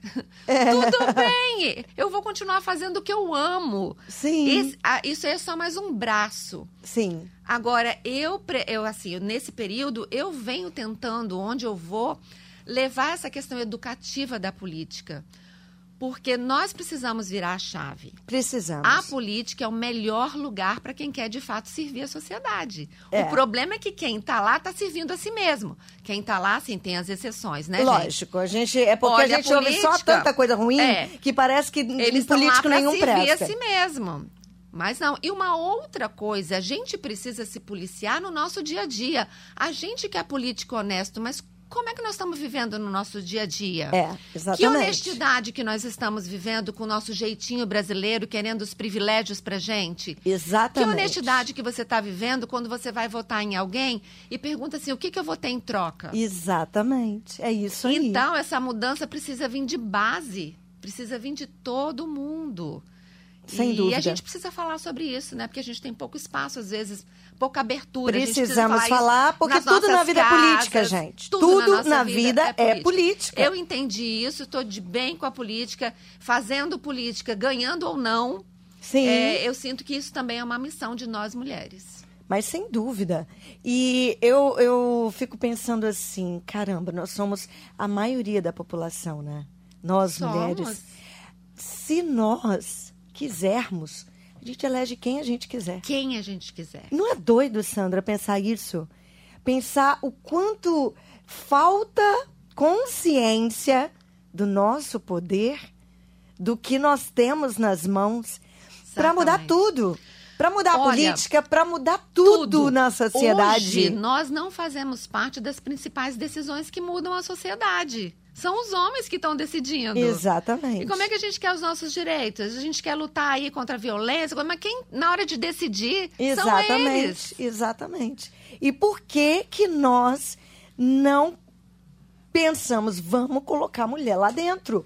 É. tudo bem. Eu vou continuar fazendo o que eu amo. Sim, Esse- ah, isso aí é só mais um braço. sim. Agora, eu, pre- eu assim, nesse período, eu venho tentando, onde eu vou, levar essa questão educativa da política. Porque nós precisamos virar a chave. Precisamos. A política é o melhor lugar para quem quer de fato servir a sociedade. É. O problema é que quem está lá está servindo a si mesmo. Quem está lá, assim, tem as exceções, né, gente? Lógico, a gente é porque Olha, a a gente ouve só política- tanta coisa ruim É. que parece que Eles um estão lá político para nenhum servir assim. presta. a si mesmo. Mas não. E uma outra coisa, a gente precisa se policiar no nosso dia a dia. A gente quer político honesto, mas como é que nós estamos vivendo no nosso dia a dia? É, Que exatamente. honestidade que nós estamos vivendo com o nosso jeitinho brasileiro, querendo os privilégios pra gente? Exatamente. Que honestidade que você está vivendo quando você vai votar em alguém e pergunta assim, o que, que eu vou ter em troca? Exatamente. É isso aí. Então, essa mudança precisa vir de base, precisa vir de todo mundo. Sem e dúvida. a gente precisa falar sobre isso, né? Porque a gente tem pouco espaço, às vezes, pouca abertura. A gente precisa Precisamos falar, falar, isso porque nas tudo na nossas vida é política, casas, gente. Tudo, na, nossa vida, é política. Eu entendi isso, estou de bem com a política, fazendo política, ganhando ou não. Sim. É, eu sinto que isso também é uma missão de nós mulheres. Mas sem dúvida. E eu, eu fico pensando assim, caramba, nós somos a maioria da população, né? Nós mulheres. Somos. Se nós quisermos, a gente elege quem a gente quiser. Quem a gente quiser. Não é doido, Sandra, pensar isso? Pensar o quanto falta consciência do nosso poder, do que nós temos nas mãos, para mudar Exatamente. tudo. Para mudar a Olha, política, para mudar tudo, na sociedade. Hoje, nós não fazemos parte das principais decisões que mudam a sociedade. São os homens que estão decidindo. Exatamente. E como é que a gente quer os nossos direitos? A gente quer lutar aí contra a violência, mas quem, na hora de decidir, são eles. Exatamente, exatamente. E por que que nós não pensamos, vamos colocar a mulher lá dentro?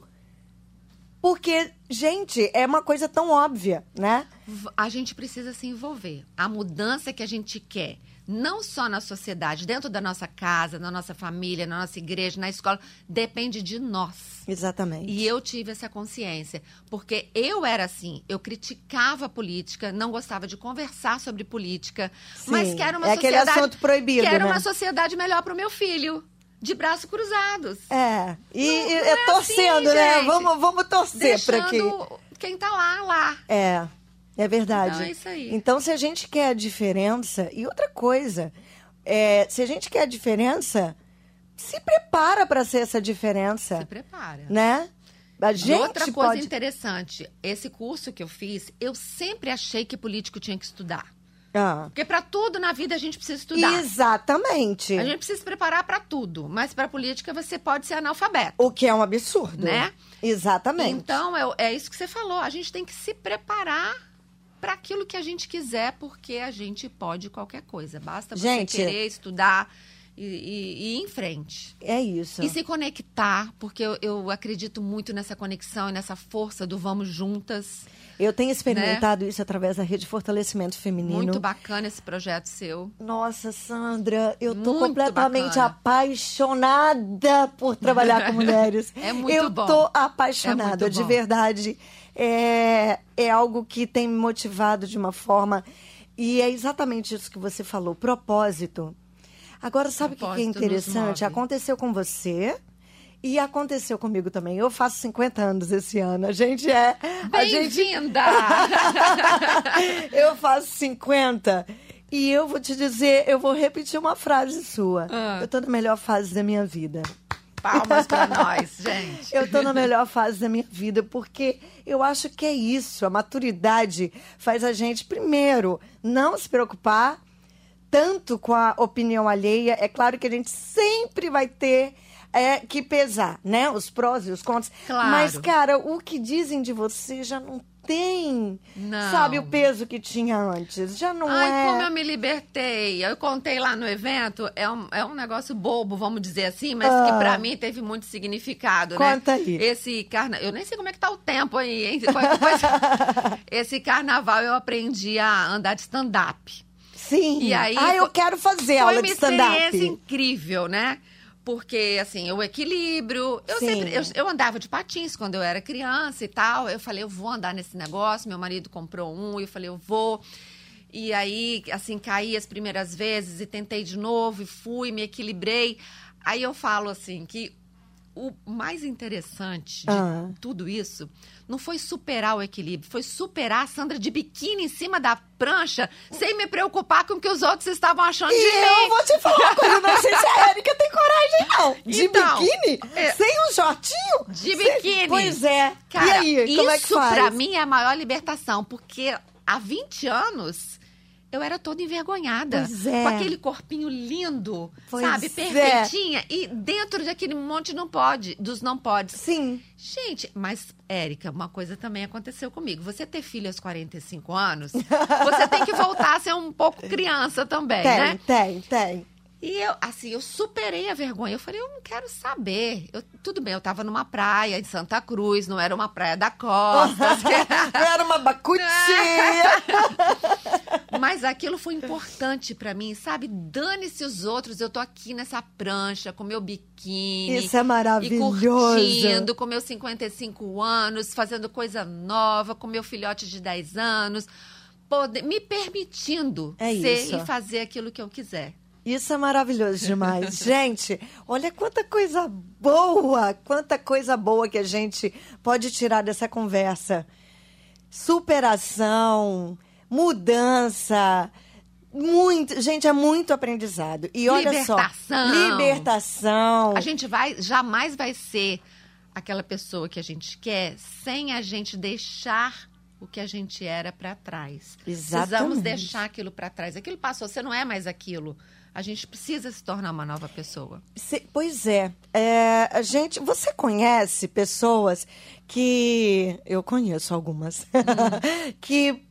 Porque, gente, é uma coisa tão óbvia, né? V- A gente precisa se envolver. A mudança que a gente quer, não só na sociedade, dentro da nossa casa, na nossa família, na nossa igreja, na escola, depende de nós. Exatamente. E eu tive essa consciência, porque eu era assim, eu criticava a política, não gostava de conversar sobre política, Sim, mas que era uma é aquele sociedade assunto proibido, que era né? uma sociedade melhor para o meu filho, de braços cruzados. É, e e não é é torcendo, assim, né? gente. Vamos, vamos torcer para É que... deixando quem tá lá lá. É, é verdade. Então é isso aí. Então, se a gente quer a diferença, e outra coisa, é, se a gente quer a diferença, se prepara para ser essa diferença, Se prepara. né? A E gente outra coisa pode. interessante, esse curso que eu fiz, eu sempre achei que político tinha que estudar. Ah, Porque para tudo na vida a gente precisa então, estudar. Exatamente. A gente precisa se preparar para tudo, mas para política você pode ser analfabeto. O que é um absurdo. Né? Exatamente. Então, é, é isso que você falou. A gente tem que se preparar para aquilo que a gente quiser, porque a gente pode qualquer coisa. Basta você Gente. querer estudar e, e- e ir em frente. é isso. E se conectar, porque eu, eu acredito muito nessa conexão e nessa força do vamos juntas. Eu tenho experimentado isso através da rede Fortalecimento Feminino. né? Muito bacana esse projeto seu. Nossa, Sandra, eu tô Muito completamente bacana. apaixonada por trabalhar *laughs* com mulheres. É muito eu bom. tô apaixonada, É muito de bom. verdade. É, é algo que tem me motivado de uma forma. E é exatamente isso que você falou, propósito. Agora, sabe o que, que é Propósito nos interessante? move. Aconteceu com você e aconteceu comigo também. Eu faço 50 anos esse ano. A gente é. *laughs* a gente *laughs* Bem-vinda! eu faço 50. E eu vou te dizer, eu vou repetir uma frase sua. Ah. Eu tô na melhor fase da minha vida. Palmas pra nós, gente. Eu tô na melhor fase da minha vida, porque eu acho que é isso. A maturidade faz a gente, primeiro, não se preocupar tanto com a opinião alheia. É claro que a gente sempre vai ter é, que pesar, né? Os prós e os contras. Claro. Mas, cara, o que dizem de você já não tem, Não. sabe, o peso que tinha antes. Já não Ai, é. como eu me libertei. Eu contei lá no evento, é um, é um negócio bobo, vamos dizer assim, mas que Ah. pra mim teve muito significado, Conta né? aí. Esse carnaval. Eu nem sei como é que tá o tempo aí, hein? Qual é que *laughs* vai- Esse carnaval eu aprendi a andar de stand-up. Sim. E aí, ah, eu foi- quero fazer Foi aula uma de stand-up. experiência incrível, né? Porque, assim, o equilíbrio. Eu Sim. sempre. Eu, eu andava de patins quando eu era criança e tal. Eu falei, eu vou andar nesse negócio. Meu marido comprou um e eu falei, eu vou. E aí, assim, caí as primeiras vezes e tentei de novo e fui, me equilibrei. Aí eu falo, assim, que o mais interessante de Ah. tudo isso não foi superar o equilíbrio, foi superar a Sandra de biquíni em cima da prancha sem me preocupar com o que os outros estavam achando de mim. E eu vou te falar uma coisa, não sei se a Erika tem coragem, não. De Então, biquíni? é- Sem um shortinho? Cê- De biquíni. Pois é. Cara, e aí, isso como é que faz? pra mim é a maior libertação, porque há 20 anos eu era toda envergonhada. Pois é. tá? Com aquele corpinho lindo, Pois sabe? é. Perfeitinha. E dentro daquele monte não pode, dos não podes. Sim. Gente, mas, Érica, uma coisa também aconteceu comigo. Você ter filho aos *laughs* 45 anos, você tem que voltar a ser um pouco criança também, tem, né? tem, tem. E eu, assim, eu superei a vergonha. Eu falei, eu não quero saber. Eu- tudo bem, eu tava numa praia em Santa Cruz, não era uma praia *laughs* da costa. Eu era uma bacutinha. mas aquilo foi importante pra mim, sabe? Dane-se os outros, eu tô aqui nessa prancha, com meu biquíni. Isso é *laughs* E maravilhoso. curtindo, com meus 55 anos, fazendo coisa nova, com meu filhote de 10 anos. Poder, me permitindo É ser isso. e fazer aquilo que eu quiser. Isso é maravilhoso demais. *laughs* gente, olha quanta coisa boa, quanta coisa boa que a gente pode tirar dessa conversa. Superação, mudança, muito, gente, é muito aprendizado. E olha Libertação. só, libertação. A gente vai, jamais vai ser aquela pessoa que a gente quer sem a gente deixar o que a gente era pra trás. Precisamos Exatamente. deixar aquilo pra trás. Aquilo passou, você não é mais aquilo. A gente precisa se tornar uma nova pessoa. Se- pois é, É, a gente, você conhece pessoas que eu conheço algumas Uhum. *laughs* que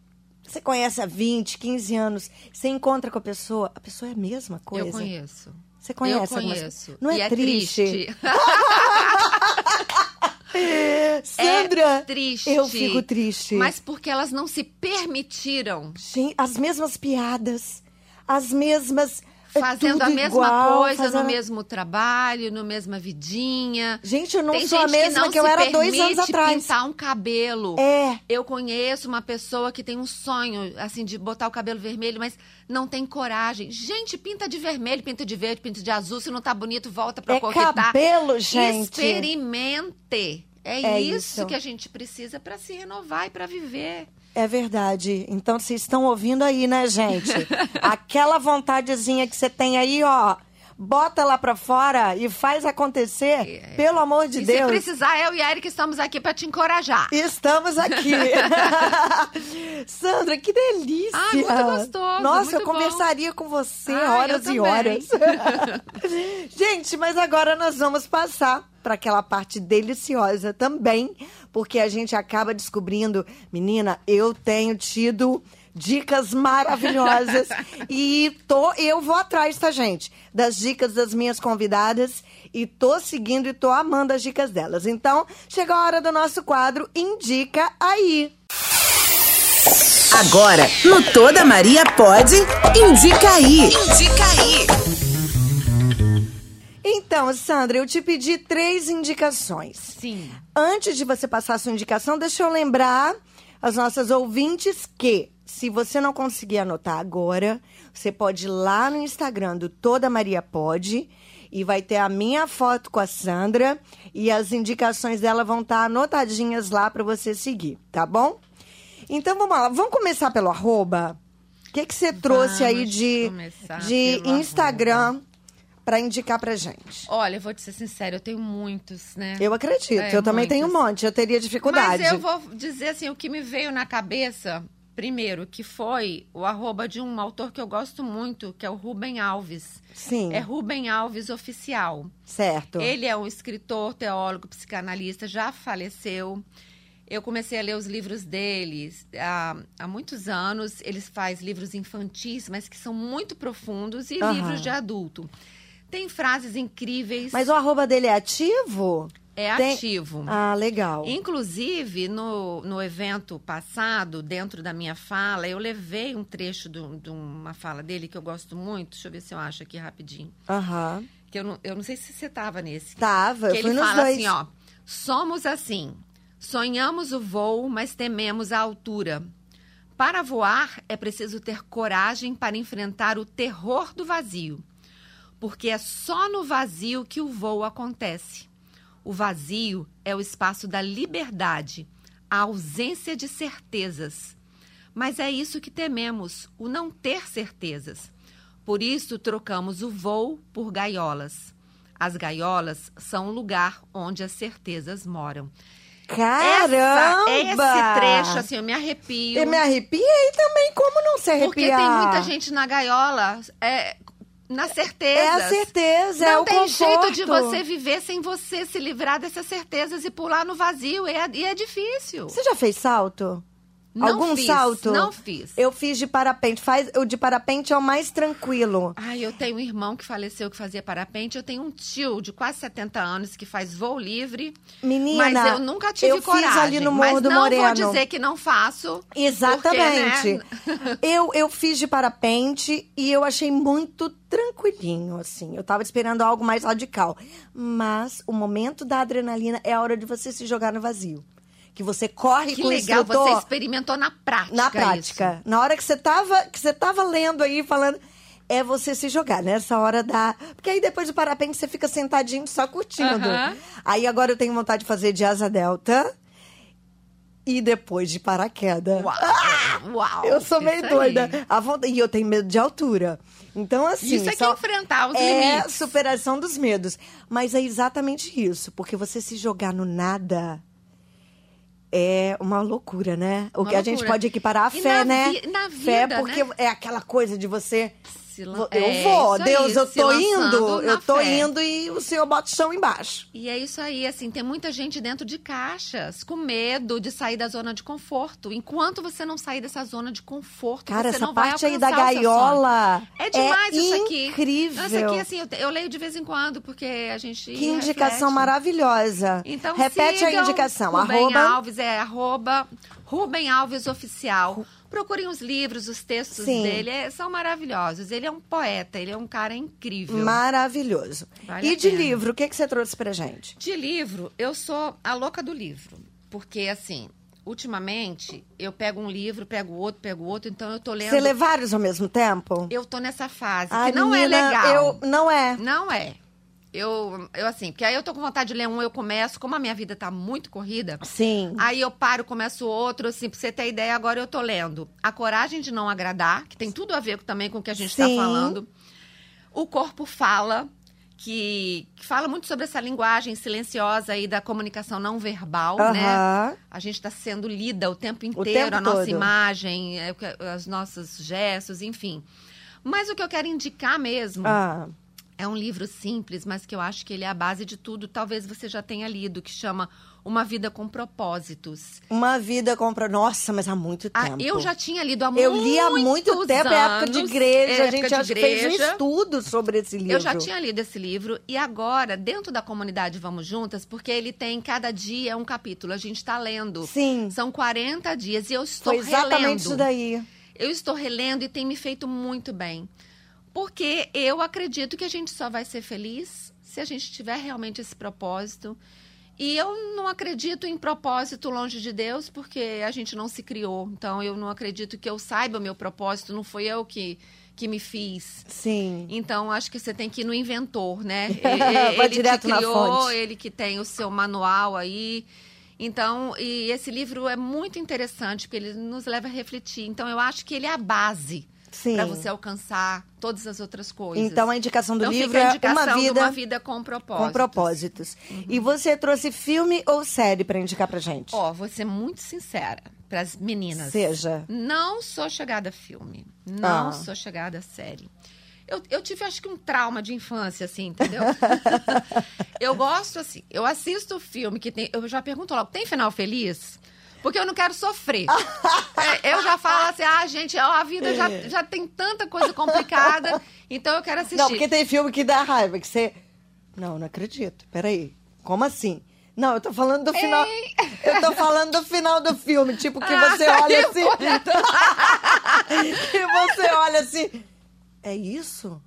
você conhece há 20, 15 anos, você encontra com a pessoa, a pessoa é a mesma coisa. Eu conheço. Você conhece Eu algumas- conheço. Não é, e triste. é triste. *laughs* Sandra, É triste. eu fico triste. Mas porque elas não se permitiram Gente, as mesmas piadas, as mesmas é fazendo a tudo mesma igual, coisa fazendo- no mesmo trabalho, no mesma vidinha. Gente, eu não Tem sou a gente mesma que, que, não eu se era dois anos permite atrás. pintar um cabelo. É, Eu conheço uma pessoa que tem um sonho, assim, de botar o cabelo vermelho, mas não tem coragem. Gente, pinta de vermelho, pinta de verde, pinta de azul. Se não tá bonito, volta pra é coquetar. cabelo, gente. Experimente. É, É isso, isso. que a gente precisa pra se renovar e pra viver. É verdade. Então vocês estão ouvindo aí, né, *laughs* gente? Aquela vontadezinha que você tem aí, ó. Bota lá pra fora e faz acontecer, É. pelo amor de e se Deus. precisar, eu e a Erika estamos aqui pra te encorajar. Estamos *laughs* aqui. *laughs* Sandra, que delícia. Ah, muito gostoso, Nossa, muito eu bom. conversaria com você Ah, horas eu e também. horas. *laughs* Gente, mas agora nós vamos passar para aquela parte deliciosa também, porque a gente acaba descobrindo, menina, eu tenho tido dicas *laughs* maravilhosas e tô, eu vou atrás, tá, gente? Das dicas das minhas convidadas e tô seguindo e tô amando as dicas delas. Então, chegou a hora do nosso quadro Indica aí. Agora, no Toda Maria Pode, indica aí. Indica aí. Então, Sandra, eu te pedi três indicações. Sim. Antes de você passar a sua indicação, deixa eu lembrar as nossas ouvintes que, se você não conseguir anotar agora, você pode ir lá no Instagram do Toda Maria Pode e vai ter a minha foto com a Sandra e as indicações dela vão estar anotadinhas lá para você seguir, tá bom? Então vamos lá, vamos começar pelo arroba? O que que você trouxe aí Vamos de, começar de pelo Instagram para indicar pra gente? Olha, eu vou te ser sincera, eu tenho muitos, né? Eu acredito, É, eu também tenho um muitos. monte, eu teria dificuldade. Mas eu vou dizer assim, o que me veio na cabeça, primeiro, que foi o arroba de um autor que eu gosto muito, que é o Rubem Alves. Sim, É Rubem Alves Oficial. certo. Ele é um escritor, teólogo, psicanalista, já faleceu. Eu comecei a ler os livros dele há, há muitos anos. Ele faz livros infantis, mas que são muito profundos, e Aham. livros de adulto. Tem frases incríveis, Mas o arroba dele é ativo? é tem- ativo. Ah, legal. Inclusive, no, no evento passado, dentro da minha fala, eu levei um trecho do- de uma fala dele que eu gosto muito. Deixa eu ver se eu acho aqui rapidinho. Aham. Que eu não, eu não sei se você estava nesse. Tava, que eu fui ele nos fala dois. assim, ó. Somos assim. Sonhamos o voo, mas tememos a altura. Para voar, é preciso ter coragem para enfrentar o terror do vazio. Porque é só no vazio que o voo acontece. O vazio é o espaço da liberdade, a ausência de certezas. Mas é isso que tememos, o não ter certezas. Por isso, trocamos o voo por gaiolas. As gaiolas são o lugar onde as certezas moram. Caramba! Essa, esse trecho, assim, eu me arrepio. Eu me arrepiei também, como não se arrepiar? Porque tem muita gente na gaiola, é, na certeza. É a certeza, é Não o tem jeito de conforto. você viver sem você se livrar dessas certezas e pular no vazio. E é, e é difícil. Você já fez salto? Não Algum fiz, salto? Não fiz. Eu fiz de parapente. Faz, o de parapente é o mais tranquilo. Ai, eu tenho um irmão que faleceu que fazia parapente. Eu tenho um tio de quase 70 anos que faz voo livre. Menina, mas eu nunca tive eu fiz coragem. ali no Morro mas do não Moreno. vou dizer que não faço. *laughs* Exatamente. Porque, né? eu, eu fiz de parapente e eu achei muito tranquilinho, assim. Eu tava esperando algo mais radical. Mas o momento da adrenalina é a hora de você se jogar no vazio. Que você corre Que com legal, o instrutor você experimentou na prática. na isso. prática. Na hora que você tava, que você tava lendo aí, falando... É você se jogar nessa hora da. Porque aí depois do parapente você fica sentadinho só curtindo. Aham. Aí agora eu tenho vontade de fazer de asa delta e depois de paraquedas. Uau! uau Eu sou meio isso aí. doida. A vonta- E eu tenho medo de altura. Então, assim. Isso é que só- enfrentar os é limites. superação dos medos. Mas é exatamente isso. Porque você se jogar no nada é uma loucura, né? O Uma que a gente loucura. pode equiparar à E fé, na né? vi- na fé, vida, porque né? é aquela coisa de você. Se lan- "Vo- Eu é, vou, isso aí, Deus, eu se tô lançando indo, na eu tô fé. indo e o senhor bota o chão embaixo. E é isso aí, assim, tem muita gente dentro de caixas, com medo de sair da zona de conforto. Enquanto você não sair dessa zona de conforto, Cara, você essa não parte vai aí da alcançar o seu sonho. gaiola. É demais isso aqui. Incrível. Essa aqui, assim, eu, te- eu leio de vez em quando, porque a gente. Que indicação reflete. maravilhosa. Então, Repete sigam a indicação. Rubem Arroba. Alves é arroba Rubem Alves Oficial. Procurem os livros, os textos Sim. dele, é- são maravilhosos. Ele é um poeta, ele é um cara incrível. Maravilhoso. Vale e a de pena. livro, o que, que você trouxe pra gente? De livro, eu sou a louca do livro. Porque, assim, ultimamente, eu pego um livro, pego outro, pego outro, então eu tô lendo. Você lê vários ao mesmo tempo? Eu tô nessa fase, Ai, que não é menina, legal. Eu, não é. Não é. Eu, eu, assim, porque aí eu tô com vontade de ler um, eu começo. Como a minha vida tá muito corrida, Sim. aí eu paro, começo outro, assim, pra você ter ideia, agora eu tô lendo A Coragem de Não Agradar, que tem tudo a ver também com o que a gente tá Sim. falando. O Corpo Fala, que, que fala muito sobre essa linguagem silenciosa aí da comunicação não verbal, né? Aham. A gente está sendo lida o tempo tempo inteiro, a nossa todo. imagem, é, o que- os nossos gestos, enfim. Mas o que eu quero indicar mesmo Ah, é um livro simples, mas que eu acho que ele é a base de tudo. Talvez você já tenha lido, que chama Uma Vida com Propósitos. uma vida compra. Nossa, mas há muito Ah, tempo. eu já tinha lido há Eu li há muito muitos tempo, é época de anos, é igreja. A época gente de acho que fez um igreja. estudo sobre esse livro. Eu já tinha lido esse livro e agora, dentro da comunidade Vamos Juntas, porque ele tem cada dia um capítulo, a gente está lendo. Sim. São 40 dias e eu estou Foi exatamente relendo. isso daí. Eu estou relendo e tem me feito muito bem. Porque eu acredito que a gente só vai ser feliz se a gente tiver realmente esse propósito. E eu não acredito em propósito longe de Deus, porque a gente não se criou. Então eu não acredito que eu saiba o meu propósito, não foi eu que, que me fiz. Sim. Então, acho que você tem que ir no inventor, né? *laughs* E- e- Vai ele direto te na criou, fonte. ele que tem o seu manual aí. Então, e esse livro é muito interessante, porque ele nos leva a refletir. Então, eu acho que ele é a base Sim. para você alcançar todas as outras coisas. Então a indicação do Então, livro fica a é indicação uma de vida, uma Uhum. vida com propósito. com propósitos. E você trouxe filme ou série para indicar pra gente? Ó, vou ser muito sincera para as meninas. Seja. Não sou chegada a filme. Não Ah. sou chegada a série. Eu, eu tive, acho que, um trauma de infância, *laughs* assim, entendeu? eu gosto, assim, eu assisto filme que tem. Eu já pergunto logo, tem final feliz? Porque eu não *laughs* quero sofrer. É, eu já falo assim, ah, gente, ó, a vida já, já tem tanta coisa complicada, então eu quero assistir. Não, porque tem filme que dá raiva, que você. Não, não acredito. Peraí. Como assim? Não, eu tô falando do final. Ei! Eu tô falando do final do filme. Tipo, que Ah, você olha eu assim. *laughs* que você olha assim. É isso?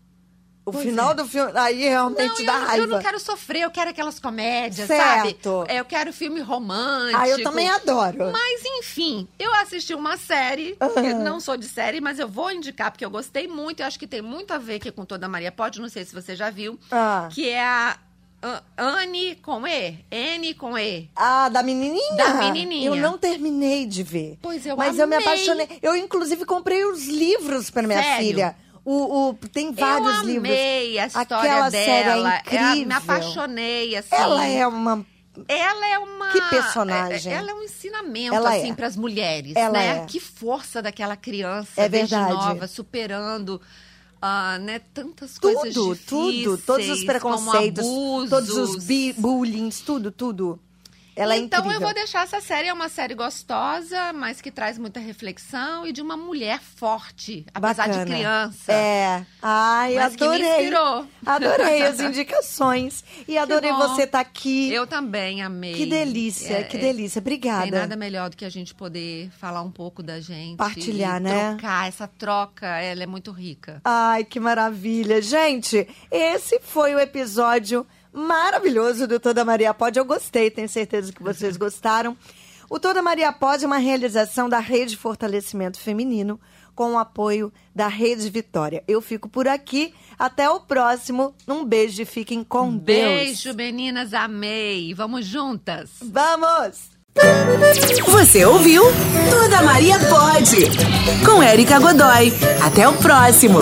O final do filme. Aí é. Não, realmente eu, dá eu raiva. não quero sofrer, eu quero aquelas comédias, Certo. sabe? É, Eu quero filme romântico. Ah, eu também adoro. tipo, Mas, enfim, eu assisti uma série, eu não sou de série, mas eu vou indicar, porque eu gostei muito, eu acho que tem muito a ver aqui com Toda Maria Pode, não sei se você já viu, Ah. que é a ah, Anne com E, N com E. Ah, da menininha? Da menininha. Eu não terminei de ver. Pois eu Mas eu me amei. apaixonei. Eu, inclusive, comprei os livros para minha Sério? filha. O, o- tem vários eu livros. amei a história Aquela série é dela. ela- me incrível. apaixonei, assim. Ela é uma. Ela é uma. Que personagem. é- Ela é um ensinamento, Ela assim, é. para as mulheres, Ela né? é. Que força daquela criança É desde verdade. nova, superando. ah, né, tantas coisas Tudo, difíceis, tudo. Todos os como preconceitos, abusos. todos os bi bullings, tudo, tudo. Ela é então incrível. eu vou deixar essa série, é uma série gostosa, mas que traz muita reflexão e de uma mulher forte, apesar Bacana. de criança. É. Ai, Mas que me adorei. inspirou. Adorei *laughs* as indicações. E adorei bom. você estar aqui. Eu também amei. Que delícia, É, que é, delícia. Obrigada. Tem nada melhor do que a gente poder falar um pouco da gente. Partilhar, e né? Trocar. Essa troca, ela é muito rica. Ai, que maravilha. Gente, esse foi o episódio maravilhoso do Toda Maria Pode. Eu gostei, tenho certeza que vocês gostaram. O Toda Maria Pode é uma realização da Rede Fortalecimento Feminino com o apoio da Rede Vitória. Eu fico por aqui. Até o próximo. Um beijo e fiquem com Deus. Um Beijo, meninas. Amei. Vamos juntas. Vamos! Você ouviu? Toda Maria Pode. Com Érica Godoy. Até o próximo.